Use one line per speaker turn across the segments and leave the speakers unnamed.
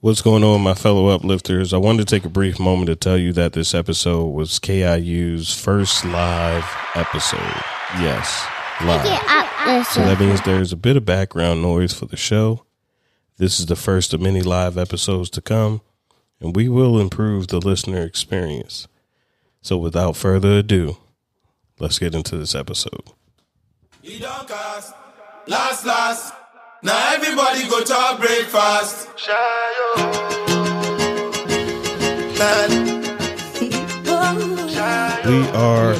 What's going on, my fellow uplifters? I wanted to take a brief moment to tell you that this episode was KIU's first live episode. Yes, live. So that means there's a bit of background noise for the show. This is the first of many live episodes to come, and we will improve the listener experience. So without further ado, let's get into this episode.
He don't cast. Last, last. Now everybody go to our breakfast. Man.
We are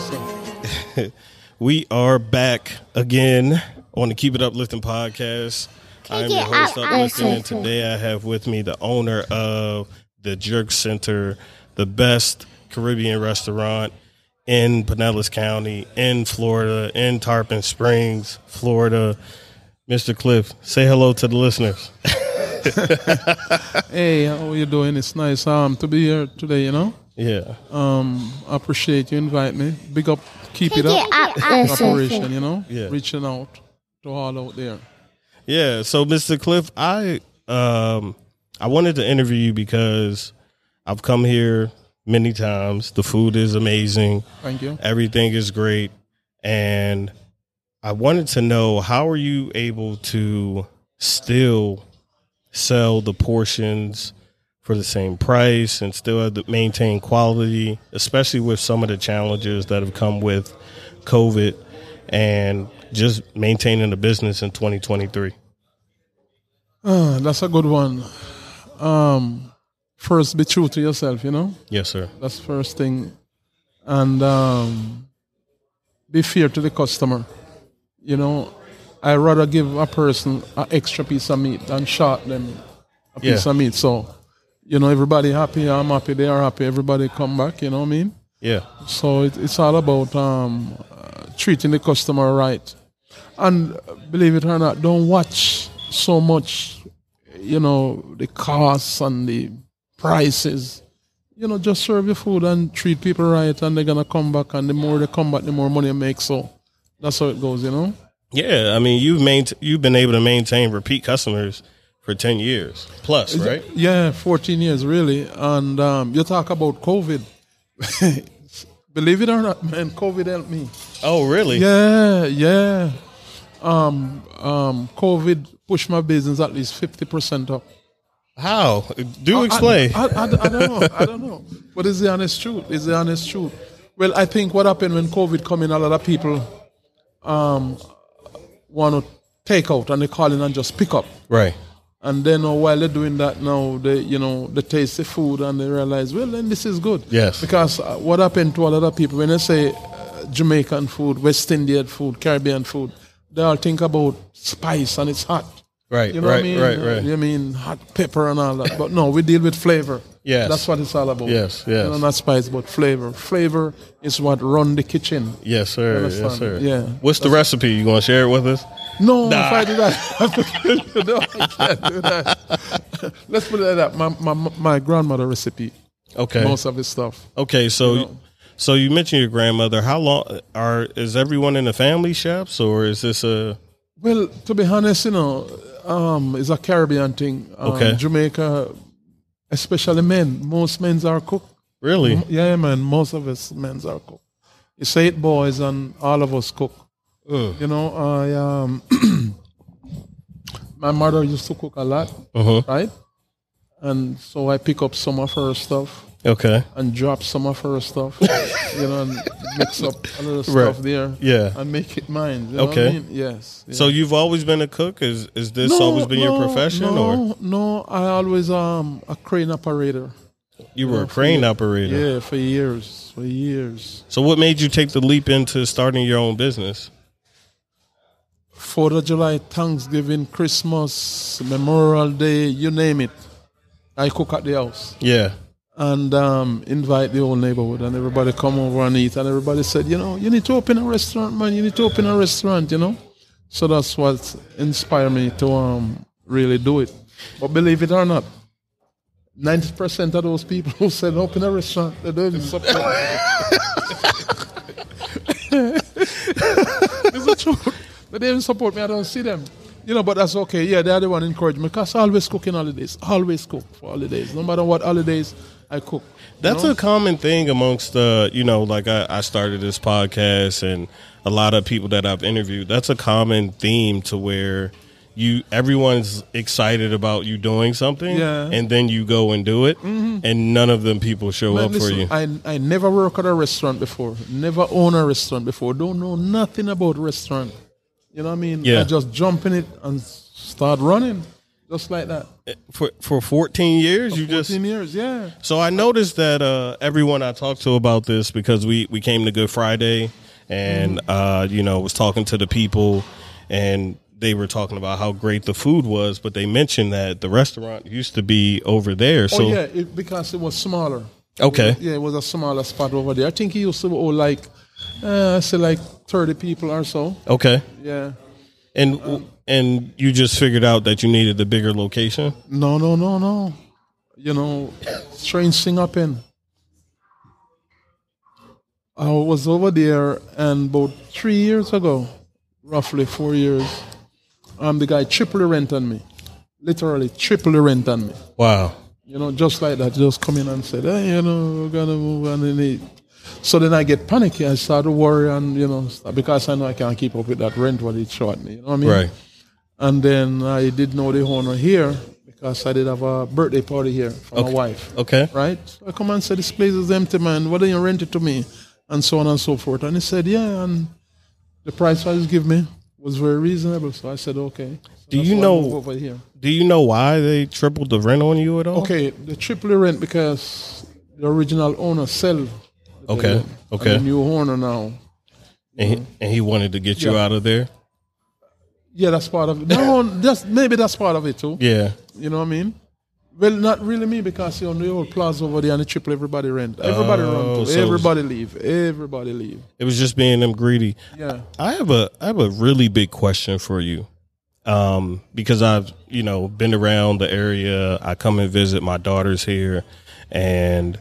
we are back again on the Keep It Uplifting podcast. I am your host Uplifting, and today I have with me the owner of the Jerk Center, the best Caribbean restaurant in Pinellas County, in Florida, in Tarpon Springs, Florida. Mr. Cliff, say hello to the listeners.
Hey, how you doing? It's nice um to be here today. You know, Um,
Yeah.
I appreciate you invite me. Big up, keep it up, operation. You know,
Yeah.
reaching out to all out there.
Yeah, so Mr. Cliff, I um I wanted to interview you because I've come here many times. The food is amazing.
Thank you.
Everything is great and I wanted to know how are you able to still sell the portions for the same price and still have to maintain quality, especially with some of the challenges that have come with COVID and just maintaining the business in 2023.
Ah, that's a good one. Um, first, be true to yourself. You know,
Yes, sir.
that's first thing, and um, be fair to the customer. You know, I rather give a person an extra piece of meat than shot them a piece
Yeah.
of meat. So, you know, everybody happy. I'm happy. They are happy. Everybody come back. You know what I mean?
Yeah.
So it, it's all about um, uh, treating the customer right. And believe it or not, don't watch so much, you know, the costs and the prices. You know, just serve your food and treat people right, and they're going to come back. And the more they come back, the more money you make. So that's how it goes, you know?
Yeah. I mean, you've main you've been able to maintain repeat customers for 10 years plus, right?
Yeah, 14 years, really. And um, you talk about COVID. believe it or not, man, COVID helped me.
Oh, really?
Yeah, yeah. Um, um, COVID pushed my business at least fifty percent up.
How? Do explain.
I, I, I don't know. I don't know. But it's the honest truth. It's the honest truth. Well, I think what happened when COVID come in, a lot of people um, want to take out and they call in and just pick up.
right.
And then uh, while they're doing that now, they you know they taste the food and they realize, well, then this is good.
Yes.
Because uh, what happened to a lot of people when they say uh, Jamaican food, West Indian food, Caribbean food, they all think about spice and it's hot.
Right.
You know
right.
what I mean?
Right. Right.
You mean hot pepper and all that. But no, we deal with flavor.
Yes.
That's what it's all about.
Yes,
You know,
yes.
not spice, but flavor. Flavor is what run the kitchen.
Yes, sir.
Understand.
Yes, sir.
Yeah.
What's the recipe? You gonna share it with us?
No, if I do that, no, I can't do that. Let's put it like that. My, my, my grandmother recipe,
Okay.
most of his stuff.
okay. So, so you mentioned your grandmother. How long are is everyone in the family chefs, or is this a
Well, to be honest, you know, um, it's a Caribbean thing. Um,
Okay.
Jamaica, especially men, most men's are cook.
really?
Yeah, man, most of us men's are cook. It's eight boys and all of us cook.
Mm.
You know, I um, my mother used to cook a lot,
Uh-huh.
right? And so I pick up some of her stuff.
Okay.
and drop some of her stuff, you know, and mix up a little
Right.
stuff there.
Yeah.
And make it mine. you know what
Okay.
I mean? Yes. yeah.
So you've always been a cook? Is is this always been your
no,
profession,
No, no, I always um a crane operator.
or you were a crane operator?
Yeah, for years, for years.
So what made you take the leap into starting your own business?
Fourth of July, Thanksgiving, Christmas, Memorial Day, you name it. I cook at the house.
Yeah.
and um, invite the whole neighborhood and everybody come over and eat and everybody said you know you need to open a restaurant man you need to open a restaurant you know so that's what inspired me to um, really do it but believe it or not 90% of those people who said open a restaurant they don't even support it's the truth they don't even support me I don't see them You know, but that's okay. Yeah, they're the one encouraging me because I always cook in holidays. Always cook for holidays. No matter what holidays, I cook. you
That's
know?
a common thing amongst uh, you know, like I, I started this podcast and a lot of people that I've interviewed. That's a common theme to where you everyone's excited about you doing something,
Yeah.
and then you go and do it, and none of them people show
Man,
up
listen,
for you.
I, I never work at a restaurant before. Never own a restaurant before. Don't know nothing about restaurant. You know what I mean?
Yeah.
I just jump in it and start running, just like that.
for for 14 years, you just
14 years, yeah.
So I noticed that uh, everyone I talked to about this because we we came to Good Friday and
Mm-hmm.
uh, you know was talking to the people and they were talking about how great the food was, but they mentioned that the restaurant used to be over there. So
oh yeah, it, because it was smaller.
okay,
Yeah, it was a smaller spot over there. I think he used to owe like, uh, I say like thirty people or so.
okay,
Yeah.
and and you just figured out that you needed the bigger location.
No, no, no, no. You know, strange thing happened. I was over there, and about three years ago, roughly four years, um, the guy triple the rent on me. Literally triple the rent on me.
Wow.
You know, just like that, just come in and said, hey, you know, we're gonna move on in it. So then I get panicky. I start to worry, and you know, because I know I can't keep up with that rent what it's short me. You know what I mean?
Right.
And then I did know the owner here because I did have a birthday party here for my wife.
Okay.
Right? So I come and said, This place is empty, man. Why don't you rent it to me? And so on and so forth. And he said, Yeah. And the price I just give me was very reasonable. So I said, Okay. So
Do
that's
you
why I
know-
move over here?
Do you know why they tripled the rent on you at all?
Okay, the triple the rent because the original owner sell. the
Okay,
land.
okay.
And the new owner now.
And he, and he wanted to get you
Yeah.
out of there.
Yeah, that's part of it. No, that's maybe that's part of it too.
Yeah.
You know what I mean? Well, not really me because you know the old plaza over there and the triple everybody rent. Everybody
Oh,
run to.
so-
everybody leave. Everybody leave.
It was just being them greedy.
Yeah.
I have a I have a really big question for you. Um, because I've, you know, been around the area. I come and visit my daughters here and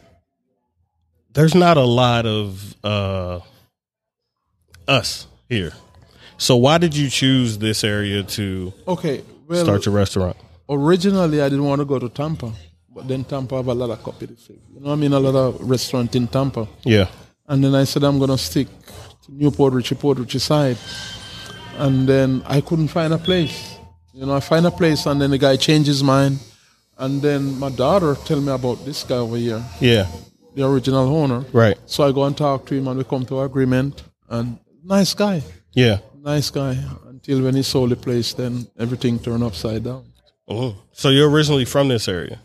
there's not a lot of uh us here. So why did you choose this area to
Okay. Well,
start your restaurant?
originally I didn't want to go to Tampa, but then Tampa have a lot of cooperative. You know what I mean? A lot of restaurant in Tampa.
Yeah.
And then I said I'm gonna stick to Newport Richie Port Richie side. And then I couldn't find a place. You know, I find a place and then the guy changed his mind. And then my daughter tell me about this guy over here,
Yeah.
the original owner.
Right.
So I go and talk to him, and we come to agreement. And nice guy,
Yeah.
nice guy. Until when he sold the place, then everything turned upside down.
Mm. So you're originally from this area?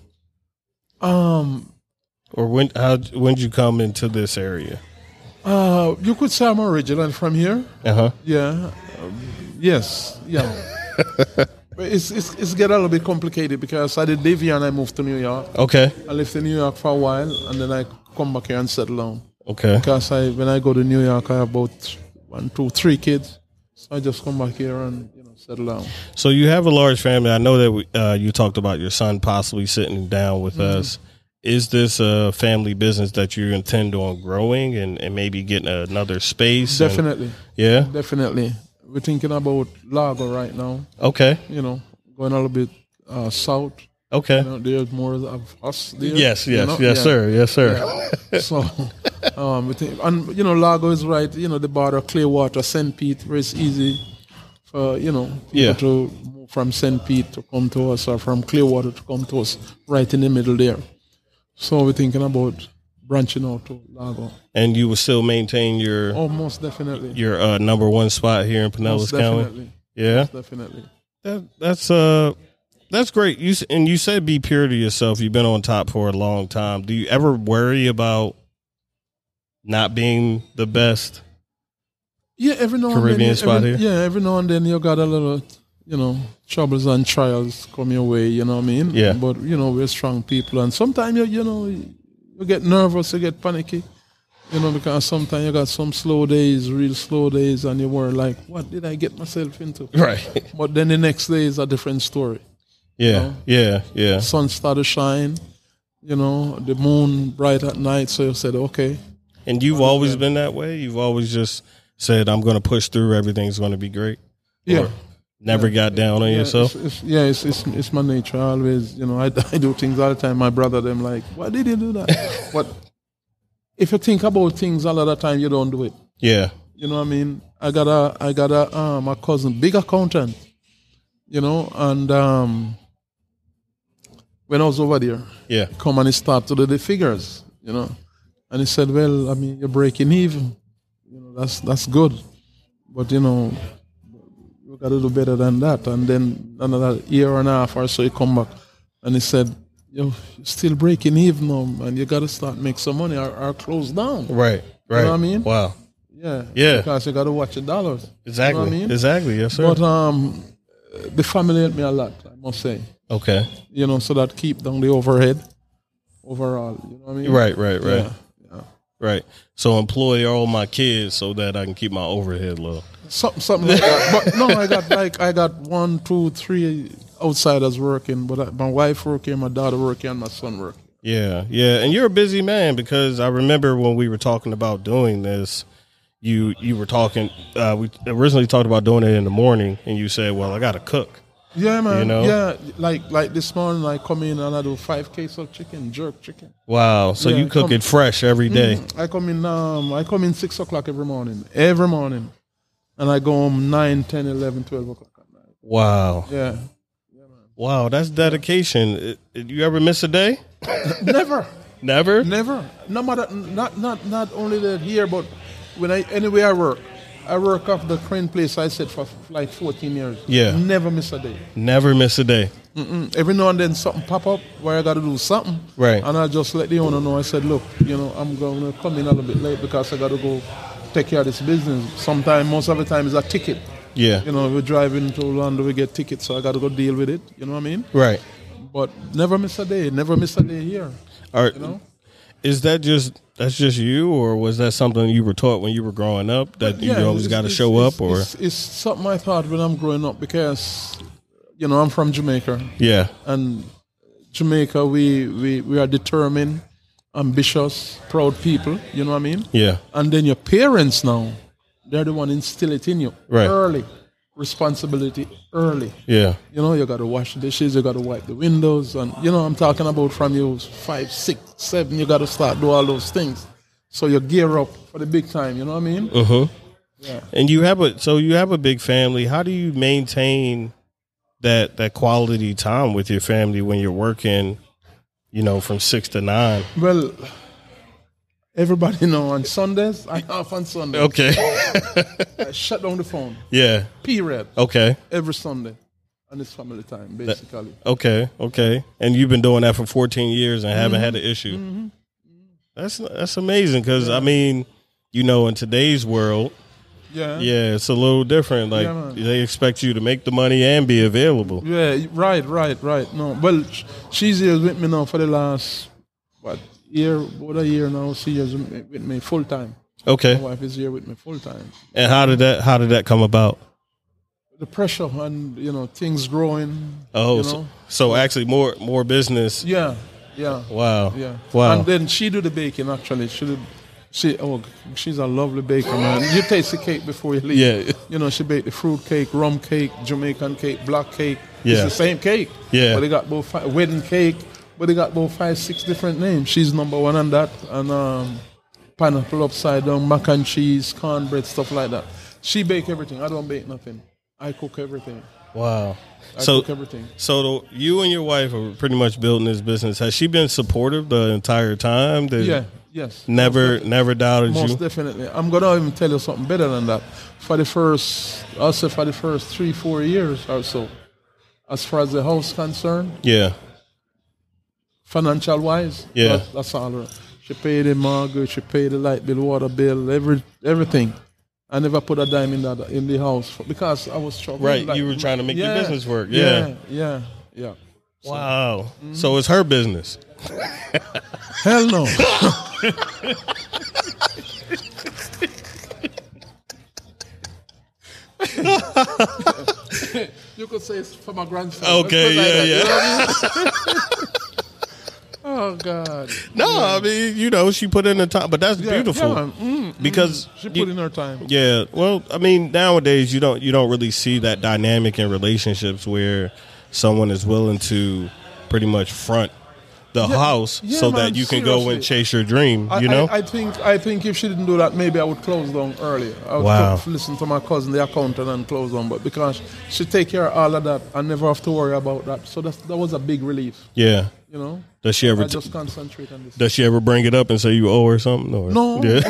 Um,
Or when how when did you come into this area?
uh, you could say I'm original from here.
Uh-huh.
Yeah. Um, yes. Yeah. but it's, it's it's get a little bit complicated because I did live here and I moved to New York.
Okay.
I lived in New York for a while and then I come back here and settle down.
Okay.
Because I when I go to New York, I have about one, two, three kids. So I just come back here and you know settle down.
So you have a large family. I know that we, uh, you talked about your son possibly sitting down with
Mm-hmm.
us. Is this a family business that you intend on growing and, and maybe getting another space? and-
Definitely.
yeah.
Definitely. We're thinking about Lago right now,
Okay.
you know, going a little bit uh, south.
Okay.
You know, there's more of us there.
Yes. Yes.
you know?
yes,
Yeah.
sir. Yes, sir.
So, um, we think, and, you know, Lago is right, you know, the border, Clearwater, St. Pete, where it's easy for, you know, people
Yeah.
to move from St. Pete to come to us or from Clearwater to come to us, right in the middle there. So we're thinking about branching out to Lago.
And you will still maintain your
Oh, most definitely.
your uh, number one spot here in
most
Pinellas County.
definitely.
Yeah.
Definitely.
That, that's uh that's great. You s- and you said be pure to yourself. You've been on top for a long time. Do you ever worry about not being the best?
Yeah, every now
Caribbean
and then.
spot
every- Yeah, every now and then you got a little, you know, troubles and trials come your way. You know what I mean?
Yeah.
But you know we're strong people, and sometimes you you know you get nervous, you get panicky, you know, because sometimes you got some slow days, real slow days, and you were like, "What did I get myself into?"
Right.
But then the next day is a different story.
Yeah, yeah, yeah.
Sun started to shine, you know, the moon bright at night. So you said, "Okay,
And you've always been that way. You've always just said, "I'm going to push through. Everything's going to be great."
yeah."
Or- Never got down on yourself.
It's, it's, yeah, it's, it's it's my nature. I always, you know, I, I do things all the time. My brother, them like, why did you do that? but if you think about things a lot of time, you don't do it.
Yeah.
You know what I mean? I got a I got a um a cousin, big accountant. You know, and um when I was over there,
Yeah.
come and he start to do the figures, you know. And he said, Well, I mean you're breaking even. You know, that's that's good. But you know, we gotta do better than that. And then another year and a half or so he come back and he said, You're still breaking even now, and you gotta start make some money or, or close down.
Right. Right.
what I mean?
Wow.
Yeah.
Yeah.
Because you gotta watch your dollars.
Exactly.
You know what I mean?
Exactly. Yes, sir.
But um, the family helped me a lot, I must say.
okay.
You know, so that keep down the overhead overall. You know what I mean?
Right. Right. Right.
Yeah.
Right. So employ all my kids so that I can keep my overhead low.
Something, something like that. But no, I got like I got one, two, three outsiders working, but I, my wife working, my daughter working, and my son working.
Yeah, yeah, and you're a busy man because I remember when we were talking about doing this, you you were talking. Uh, we originally talked about doing it in the morning, and you said, "Well, I got to cook."
Yeah, man.
You know?
Yeah, like like this morning I come in and I do five cases of chicken, jerk chicken.
Wow, so
Yeah,
you cook
come- Mm-hmm.
it fresh every day.
I come in um I come in six o'clock every morning, every morning, and I go home nine, ten, eleven, twelve o'clock at night.
Wow,
Yeah,
wow, that's dedication. It- it- you ever miss a day?
never.
Never.
Never. No matter not not not only that here, but when I anywhere I work, I work off the crane place I said for f- like 14 years.
Yeah.
Never miss a day.
Never miss a day.
Mm, Every now and then something pop up where I got to do something.
Right.
And I just let the owner know. I said, look, you know, I'm gonna come in a little bit late because I got to go take care of this business. Sometimes, most of the time, it's a ticket.
Yeah.
You know, we're driving to Orlando, we get tickets, so I got to go deal with it. You know what I mean?
Right.
But never miss a day. Never miss a day here.
All right.
You know.
Is that just that's just you, or was that something you were taught when you were growing up that you always
it's-
got to
it's-
show
it's-
up, or
it's, it's something I thought when I'm growing up because you know I'm from Jamaica
yeah,
and Jamaica we we, we are determined, ambitious, proud people. You know what I mean?
yeah,
And then your parents now, they're the one instill it in you
Right.
early, responsibility early.
yeah,
You know you got to wash the dishes, you got to wipe the windows, and you know I'm talking about from you five, six, seven. You got to start do all those things. So you gear up for the big time, you know what I mean?
uh-huh.
Yeah.
And you have a so you have a big family. How do you maintain that that quality time with your family when you're working, you know, from six to nine?
Well, everybody know on Sundays, I off on Sunday.
Okay.
I shut down the phone.
yeah.
Period.
Okay.
Every Sunday. And it's family time, basically.
Okay. Okay. And you've been doing that for 14 years and haven't had an issue. That's that's amazing because I mean, you know, in today's world,
Yeah.
yeah, it's a little different. Like
Uh-huh. Yeah, man.
they expect you to make the money and be available.
Yeah, right, right, right. No, well, sh- she's here with me now for the last, what, year, what a year now. She is with with me full time. My
Okay.
wife is here with me full time.
And how did that how did that come about?
The pressure and, you know, things growing.
Oh,
you
so,
know?
so actually more more business.
Yeah, yeah.
Wow.
Yeah.
Wow.
And then she do the baking actually. She do, she oh she's a lovely baker man. You taste the cake before you leave.
Yeah.
You know she baked the fruit cake, rum cake, Jamaican cake, black cake.
Yeah.
It's the same cake.
Yeah.
But they got both fi wedding cake. But they got about five six different names. She's number one on that and um, pineapple upside down, mac and cheese, cornbread stuff like that. She bake everything. I don't bake nothing. I cook everything.
wow.
I
So
cook everything.
so the, you and your wife are pretty much building this business. Has she been supportive the entire time? Did-
Yeah. Yes.
Never never doubted
Most
you.
definitely. I'm gonna even tell you something better than that. For the first, I'll say for the first three, four years or so, as far as the house concerned,
yeah.
financial wise,
Yeah.
that- that's all. Right. She paid the mortgage, she paid the light bill, water bill, every everything. I never put a dime in that in the house because I was struggling.
Right,
like-
you were trying to make your business work, yeah.
yeah, yeah. yeah.
Wow.
mm-hmm.
So it's her business.
Hell no. you could say it's for my grandson.
Okay,
Let's put it
yeah,
like that, you know what I mean? Oh God.
No, I mean, you know, she put in the time, but that's beautiful
yeah, mm,
because
She put
you-
in her time.
Yeah, well, I mean, nowadays you don't you don't really see that dynamic in relationships where someone is willing to pretty much front the house
yeah,
so
man,
that you can go and
seriously.
chase your dream.
I-
you know,
I, I think I think if she didn't do that, maybe I would close down earlier. I would
Wow.
co- listen to my cousin, the accountant, and close down. But because she take care of all of that, I never have to worry about that. So that's, that was a big relief,
yeah.
you know.
Does she ever
I
t-
just concentrate on this.
does she ever bring it up and say you owe her something? Or
no,
Yeah.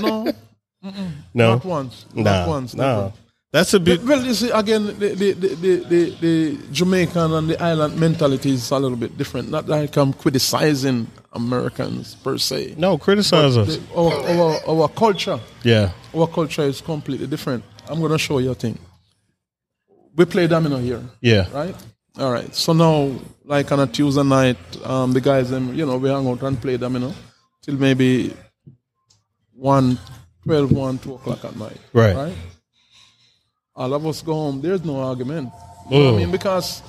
no, no,
no,
not once,
Nah,
not once, not
nah.
once.
That's a bit.
But, well, you see, again, the, the, the, the, the, the Jamaican and the island mentality is a little bit different. Not that I'm criticizing Americans per se.
No, criticize us.
The- our, our, our culture,
yeah,
our culture is completely different. I'm going to show you a thing. We play domino here,
yeah,
right? All right. So now, like on a Tuesday night, um, the guys, them, you know, we hang out and play domino till maybe 1, 12, 1, 2 o'clock at night.
Right.
right? All of us go home. There's no argument. You know what I
Mm.
mean? Because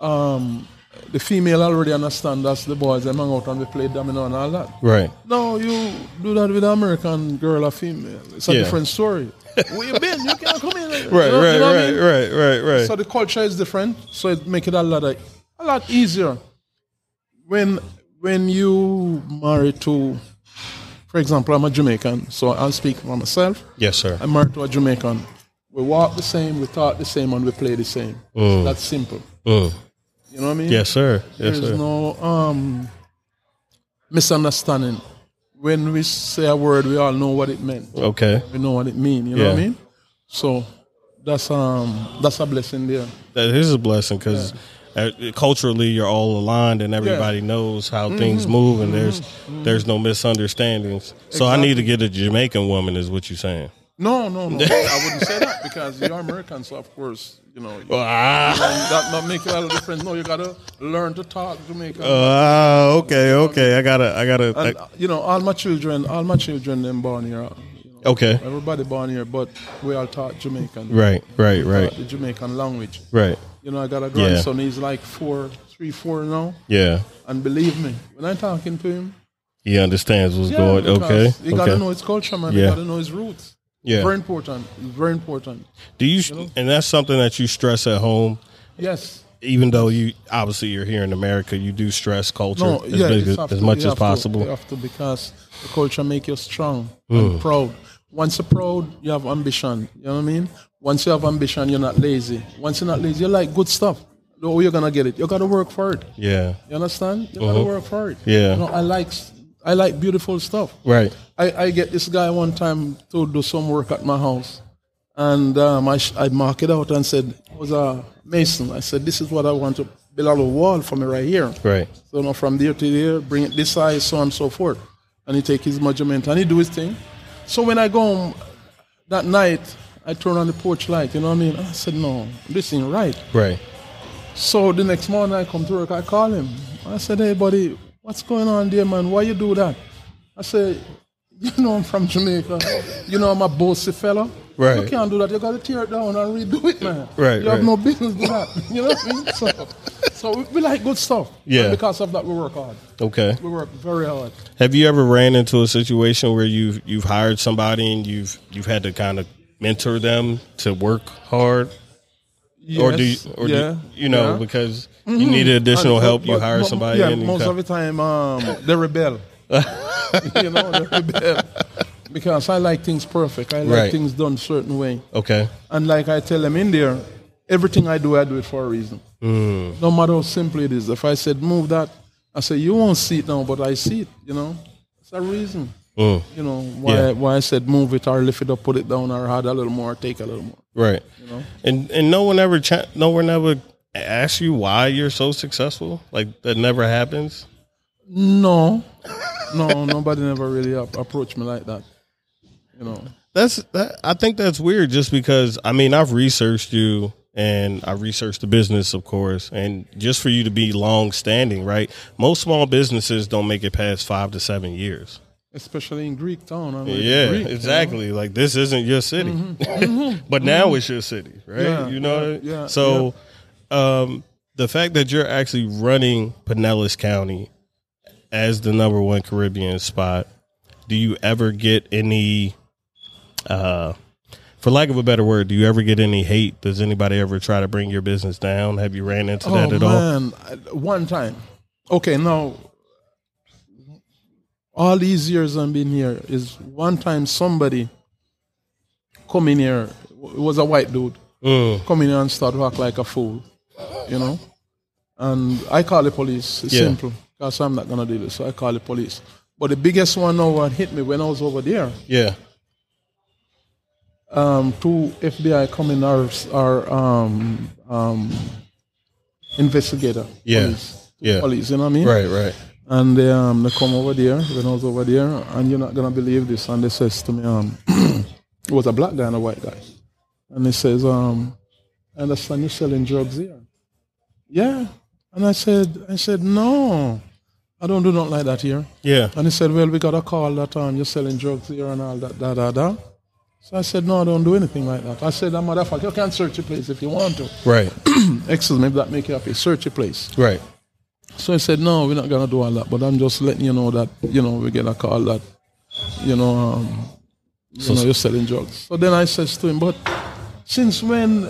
um, the female already understand that's the boys. They hang out and we play domino and all that.
right.
No, you do that with American girl or female. It's a
Yeah.
different story. Where you been? You can't come in. Right,
Right, right, right, right, right, right.
So the culture is different. So it make it a lot of, a lot easier. When when you marry to, for example, I'm a Jamaican, so I'll speak for myself.
yes, sir.
I'm married to a Jamaican. We walk the same, we talk the same, and we play the same. That's simple.
Mm.
You know what I mean?
Oh. Yes, sir. Yes,
There's
sir.
no um, misunderstanding. When we say a word, we all know what it meant.
okay,
We know what it mean. You know what I
Yeah.
mean? So that's um that's a blessing there.
that is a blessing because culturally you're all aligned and everybody knows how
Mm-hmm.
things move and there's there's no misunderstandings. So I need to get a Jamaican woman, is what you're saying.
No, no, no. I wouldn't say that because you're American, so of course, you know, you- that not make a lot of difference. No, you gotta learn to talk Jamaican.
Ah, okay, okay. I gotta, I gotta.
and uh, you know, all my children, all my children, them born here. You know,
okay,
everybody born here, but we all taught Jamaican.
right, right, right,
The Jamaican language.
right.
You know, I got a grandson. He's like four, three, four now.
Yeah,
And believe me, when I'm talking to him,
he understands what's
yeah,
going.
because
Okay,
you gotta
okay.
know his culture, man. You
Yeah.
gotta know his roots.
Yeah.
very important. Very important.
Do you? And that's something that you stress at home.
Yes.
Even though you obviously you're here in America, you do stress culture
No.
as,
yeah.
big,
it's
as,
have
as
to-
much as
you have to-
possible.
you have to because the culture make you strong and proud. Once you're proud, you have ambition. You know what I mean? Once you have ambition, you're not lazy. Once you're not lazy, you like good stuff. Oh, you're gonna get it. You gotta work for it.
Yeah, Uh-huh.
You understand? You gotta work for it.
Yeah.
You know, I like s- I like beautiful stuff.
right.
I, I get this guy one time to do some work at my house, and um, I, sh- I mark it out and said, it was a mason. I said, this is what I want to build out a wall for me right here.
Right.
So you know, from there to there, bring it this size, so on and so forth. And he take his measurement and he do his thing. So when I go home that night, I turn on the porch light, you know what I mean? I said, no, this ain't right.
Right.
So the next morning I come to work, I call him. I said, hey buddy, what's going on there, man? Why you do that? I said, you know I'm from Jamaica. You know I'm a bossy fella.
Right.
You can't do that. You gotta tear it down and redo it, man.
Right,
You have
right.
no business do that. You know what I mean? So, so we, we like good stuff.
Yeah.
And because of that we work hard.
Okay.
We work very hard.
Have you ever ran into a situation where you've you've hired somebody and you've you've had to kind of mentor them to work hard, or do you, or do you, you know
yeah.
because you needed additional
And-
help, you
but-
hire
but-
somebody.
Yeah,
and you
most
kind-
of the time um, they rebel. you know, they rebel because I like things perfect. I like
Right.
things done certain way,
okay,
and like I tell them in there, everything I do, I do it for a reason.
Mm.
No matter how simple it is. If I said move that, I say you won't see it now, but I see it. You know, it's a reason.
Mm.
You know why
Yeah.
why I said move it or lift it up, put it down, or add a little more, take a little more.
right, and and no one ever cha- no one ever asks you why you're so successful. Like that never happens.
No, no, nobody never really ap- approached me like that. You know,
That's that, I think that's weird just because I mean I've researched you and I researched the business of course and just for you to be long standing, right? Most small businesses don't make it past 5 to 7 years.
especially in Greek town. I'm really
Yeah,
Greek, Mm-hmm.
exactly. Like this isn't your city. but now it's your city, right?
Yeah,
you know.
yeah, yeah,
so um the fact that you're actually running Pinellas County as the number one Caribbean spot, do you ever get any, uh, for lack of a better word, do you ever get any hate? Does anybody ever try to bring your business down? Have you ran into that
oh
at all?
man, I- one time. Okay, now all these years I've been here is one time somebody come in here. It was a white dude
Mm,
come in here and start to act like a fool, you know. And I call the police. It's
Yeah.
simple because I'm not gonna do this. So I call the police. But the biggest one over hit me when I was over there.
yeah.
um, two FBI coming our our um, um, investigator.
Yeah.
Police,
Yeah.
police. You know what I mean?
Right, right.
And they um, they come over there when I was over there, and you're not gonna believe this. And they says to me, um, it was a black guy and a white guy, and he says, um, I understand you're selling drugs here. Yeah. And I said, I said no, I don't do nothing like that here.
Yeah.
And he said, Well, we got a call that um, you're selling drugs here and all that, da, da, da. So I said, No, I don't do anything like that. I said, That motherfucker, you can search your place if you want to.
Right,
Excuse me, if that make you happy, search your place.
right.
So I said, No, we're not going to do all that, but I'm just letting you know that, you know, we get a call that, you know, um, you know, you're selling drugs. So then I says to him, But since when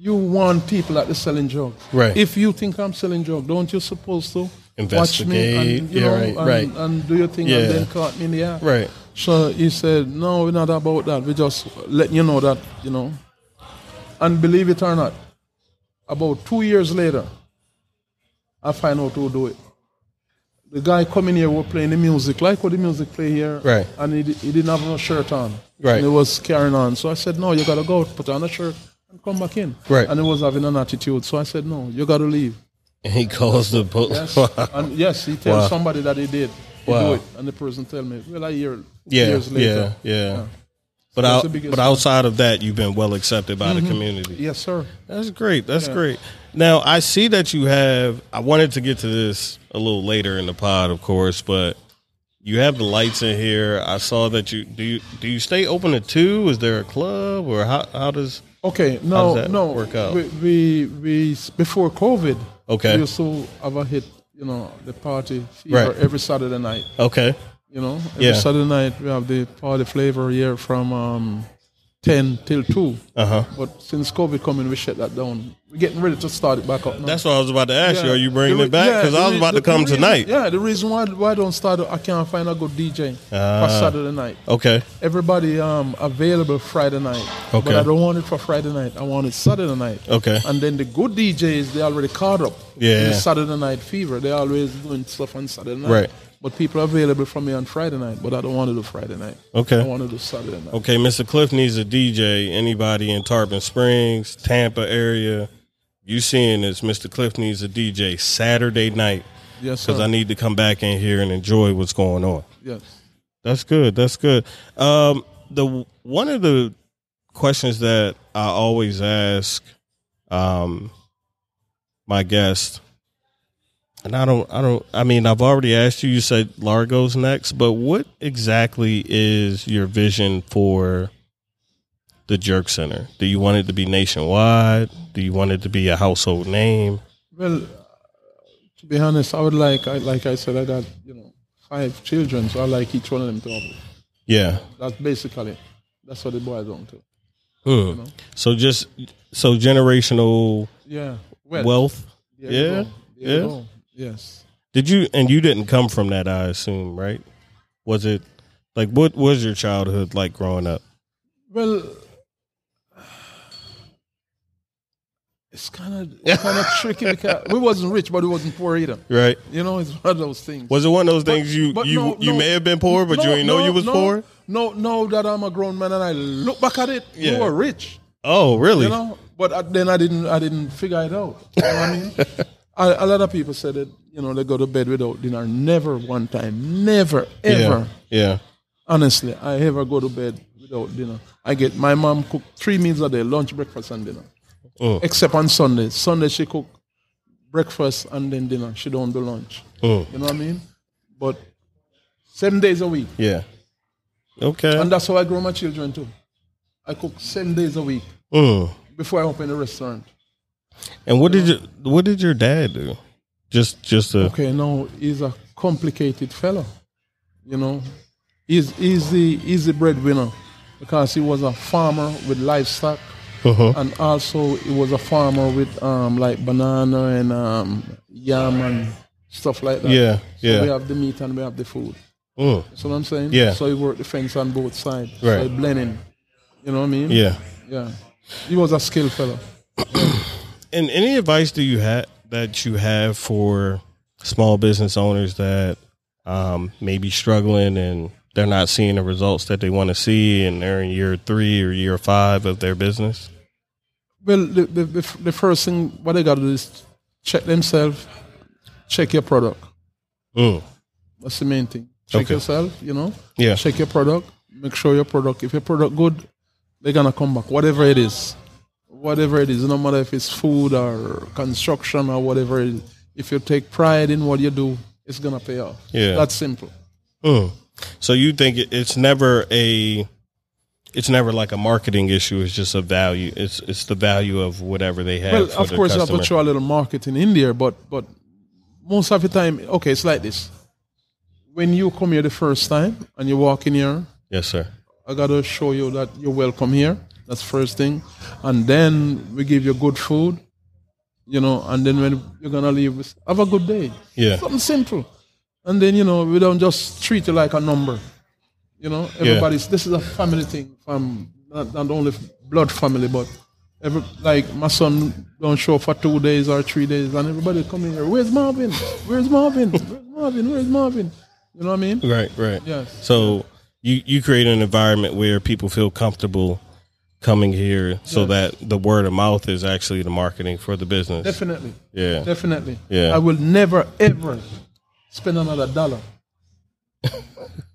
you warn people that they're selling drugs?
Right.
If you think I'm selling drugs, don't you supposed to? Watch me
Investigate.
and, you
Yeah,
know,
right,
and,
right.
and do your thing
Yeah.
and then caught me in the act.
Right.
So he said, No, we're not about that. We're just letting you know that, you know. And believe it or not, about two years later, I find out who do it. The guy coming here was playing the music, like what the music play here.
Right.
And he, di- he didn't have no shirt on.
Right.
And he was carrying on. So I said, No, you gotta go out, put on a shirt and come back in.
Right.
And he was having an attitude. So I said, No, you gotta leave.
And he calls the police.
Yes. and yes, he tells
Wow.
somebody that he did. He
Wow.
do it, and the person tell me, well, a year,
yeah,
years
yeah,
later.
yeah. But
That's
out,
the biggest
but
one.
outside of that, you've been well accepted by
Mm-hmm.
the community.
Yes, sir.
That's great. That's great. Now I see that you have. I wanted to get to this a little later in the pod, of course, but you have the lights in here. I saw that you do. You, do you stay open at two? Is there a club or how? How does?
Okay, no,
How does that
no.
work out?
We, we, we, before COVID,
Okay.
we used to have a hit, you know, the party fever
Right.
every Saturday night,
Okay.
you know. Every
Yeah.
Saturday night, we have the party flavor here from um, 10 till 2.
Uh huh.
But since COVID coming, we shut that down. We're getting ready to start it back up now.
That's what I was about to ask you.
Yeah.
Are you bringing
The
it
re-
back?
yeah,
Because
the
I was
re-
about
the-
to come
the reason-
tonight.
Yeah, the reason why why I don't start, I can't find a good DJ for
Ah.
Saturday night.
Okay.
Everybody um available Friday night.
Okay.
But I don't want it for Friday night. I want it Saturday night.
Okay.
And then the good DJs they already caught up. in
Yeah.
The Saturday night fever. They always doing stuff on Saturday night.
Right.
But people are available for me on Friday night. But I don't want to do Friday night.
Okay.
I want to do Saturday night.
Okay, Mr. Cliff needs a DJ. Anybody in Tarpon Springs, Tampa area, you seeing this? Mr. Cliff needs a DJ Saturday night
Yes, sir.
because I need to come back in here and enjoy what's going on.
yes.
That's good. That's good. Um, the one of the questions that I always ask um, my guest, and I don't, I don't, I mean, I've already asked you. You said Largo's next, but what exactly is your vision for the Jerk Center? Do you want it to be nationwide? Do you want it to be a household name?
Well, to be honest, I would like, I, like I said, I got you know five children, so I like each one of them to have. it.
Yeah.
That's basically, that's what the boys don't do.
Mm. So just so generational
Yeah. Well,
wealth.
there you
yeah,
go. There you
yeah.
go. Yes.
Did you and you didn't come from that, I assume, right? Was it like what was your childhood like growing up?
Well, it's kind of it's kind of tricky because we wasn't rich, but we wasn't poor either.
Right?
You know, it's one of those things.
Was it one of those things you
but
you
no,
you
no.
may have been poor, but you
No,
didn't know
no,
you was
no,
poor?
No, no, that I'm a grown man and I look back at it.
Yeah.
You were rich.
Oh, really?
You know, but I, then I didn't. I didn't figure it out. You know what I mean, a, a lot of people said that you know they go to bed without dinner. Never one time. Never
yeah.
ever.
Yeah.
Honestly, I ever go to bed without dinner. I get my mom cook three meals a day: lunch, breakfast, and dinner.
Mm.
Except on Sundays. Sunday she cook breakfast and then dinner. She don't do lunch.
Mm.
You know what I mean? But seven days a week.
Yeah. Okay.
And that's how I grow my children too. I cook seven days a week
Mm.
before I open a restaurant.
And what did you what did your dad do? Just just a
Okay, now he's a complicated fellow. You know, he's, he's, the, he's the breadwinner because he was a farmer with livestock
Uh-huh.
and also he was a farmer with um, like banana and um, yam and stuff like that.
Yeah,
So we
yeah.
have the meat and we have the food.
Mm.
So what I'm saying?
Yeah.
So he worked the fence on both sides.
Right.
So he blending. You know what I mean?
Yeah.
Yeah. He was a skilled fellow.
And any advice do you have that you have for small business owners that um, may be struggling and they're not seeing the results that they want to see, and they're in year three or year five of their business?
Well, the, the, the, f- the first thing what they got to do is check themselves, check your product.
Mm.
That's the main thing. Check
Okay.
yourself, you know.
Yeah.
Check your product. Make sure your product. If your product good, they're gonna come back. Whatever it is, whatever it is, no matter if it's food or construction or whatever. It is, if you take pride in what you do, it's gonna pay off.
Yeah.
That's simple.
Mm. So you think it- it's never a it's never like a marketing issue. It's just a value. It's it's the value of whatever they have.
Well,
for
of
the
course,
customer.
I'll put you a little marketing in there, but but most of the time, okay, it's like this. When you come here the first time and you walk in here,
Yes, sir.
I gotta show you that you're welcome here. That's first thing, and then we give you good food, you know. And then when you're gonna leave, we say, have a good day.
Yeah.
Something simple, and then you know we don't just treat you like a number. You know, everybody's. This is a family thing from not, not only blood family, but every like my son don't show up for two days or three days, and everybody coming here. Where's Marvin? Where's Marvin? Where's Marvin? Where's Marvin? You know what I mean?
Right. Right.
Yes.
So you you create an environment where people feel comfortable coming here, so that the word of mouth is actually the marketing for the business.
Definitely.
Yeah.
Definitely.
Yeah.
I will never ever spend another dollar.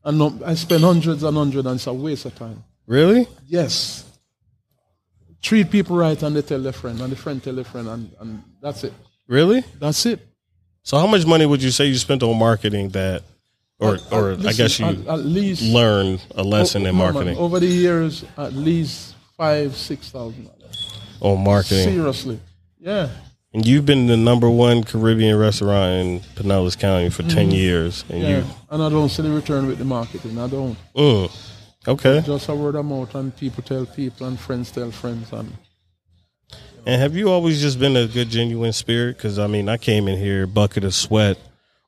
and no, I spend hundreds and hundreds and it's a waste of time.
Really?
Yes. Treat people right and they tell their friend and the friend tell their friend and, and that's it.
Really?
That's it.
So how much money would you say you spent on marketing that,
Uh,
or or I
Listen,
guess you
at, at least
learned
oh,
a lesson in
No, man,
marketing
over the years at least five, six thousand dollars.
on marketing.
Seriously. Yeah.
And you've been the number one Caribbean restaurant in Pinellas County for
Mm-hmm.
10 years. And
Yeah. And I don't see the return with the marketing. I don't.
you, mm, okay.
Just a word of mouth and people tell people and friends tell friends and
And have you always just been a good, genuine spirit? Because, I mean, I came in here, bucket of sweat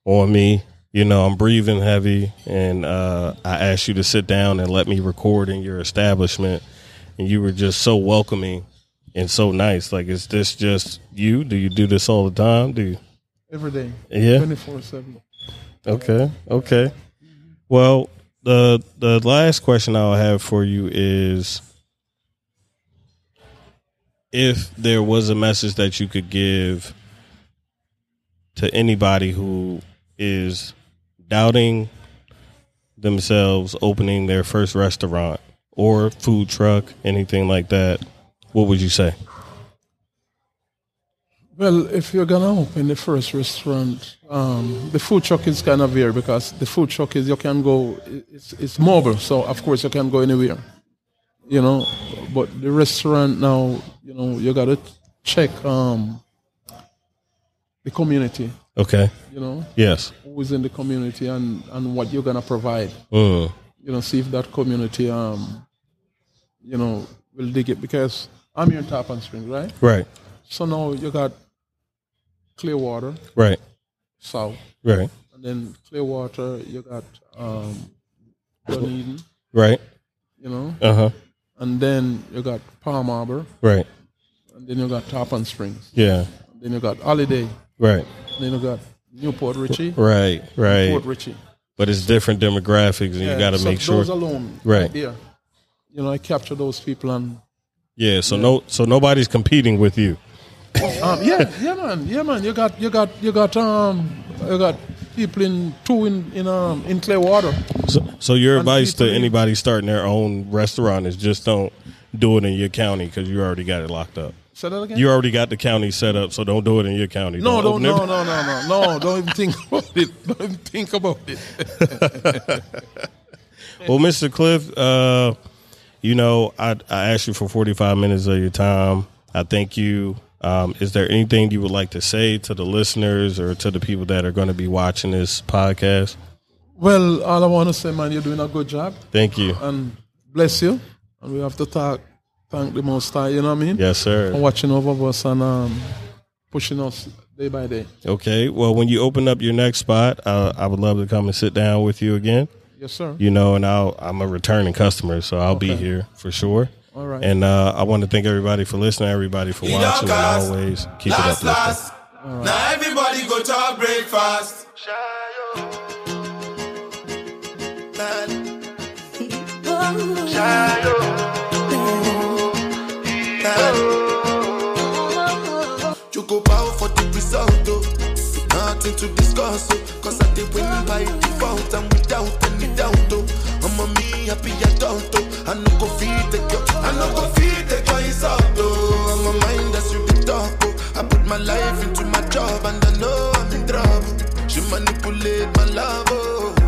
on me. You know, I'm breathing heavy. And uh, I asked you to sit down and let me record in your establishment. And you were just so welcoming and so nice. Like, is this just you? Do you do this all the time? Do you?
every day.
Yeah.
24 7.
Okay. Okay. Well, the the last question I'll have for you is if there was a message that you could give to anybody who is doubting themselves opening their first restaurant or food truck, anything like that, what would you say?
Well, if you're going to open the first restaurant, um, the food truck is kind of weird because the food truck is, you can go, it's, it's mobile, so of course you can go anywhere, you know. But the restaurant now, you know, you got to check um, the community,
Okay.
you know,
Yes.
who's in the community and, and what you're going to provide.
Mm.
you know, see if that community, um, you know, will dig it because I'm here in Tappan Springs, right?
Right.
So now you got Clearwater
Right.
South,
Right.
and then Clearwater you got um, Dunedin,
Right.
you know,
Uh huh.
and then you got Palm Harbor,
Right.
and then you got Tappan Springs,
Yeah.
and then you got Holiday,
Right.
and then you got Newport Richie,
Right, right.
Port Richie.
But it's different demographics, and you
Yeah,
got to
so
make sure.
those alone,
Right.
Yeah, you know, I capture those people and
yeah. So no, so nobody's competing with you.
Um, yeah, yeah, man, yeah, man. You got, you got, you got, um, you got people in two in in um in Clearwater.
So, so your advice to
people-
anybody starting their own restaurant is just don't do it in your county because you already got it locked up.
Say that again.
You already got the county set up, so don't do it in your county.
no,
open
don't,
it-
no, no, no, no, no. Don't even think about it. Don't even think about it.
Well, Mr. Cliff, uh, you know, I, I asked you for 45 minutes of your time. I thank you. Um, is there anything you would like to say to the listeners or to the people that are going to be watching this podcast?
Well, all I want to say, man, you're doing a good job.
Thank you.
And bless you. And we have to talk, thank the Most High, you know what I mean?
Yes,
For
sir.
watching over us and um, pushing us day by day.
Okay. Well, when you open up your next spot, uh, I would love to come and sit down with you again.
Yes, sir.
You know, and I'll, I'm a returning customer, so I'll be here for sure.
All right.
And uh, I want to thank everybody for listening, everybody for
You
watching, and
downcast.
always keep it
Last,
up.
last. Now everybody go to our breakfast.
You go bow for the result, oh. Nothing to discuss, oh. Cause I did win by default and without any doubt, oh. I'm a me happy adult, oh. I no go feed the girl, I no go feed the girl, it's up, oh. I'm a mind that's really tough, oh. I put my life into my job and I know I'm in trouble. She manipulate my love, oh.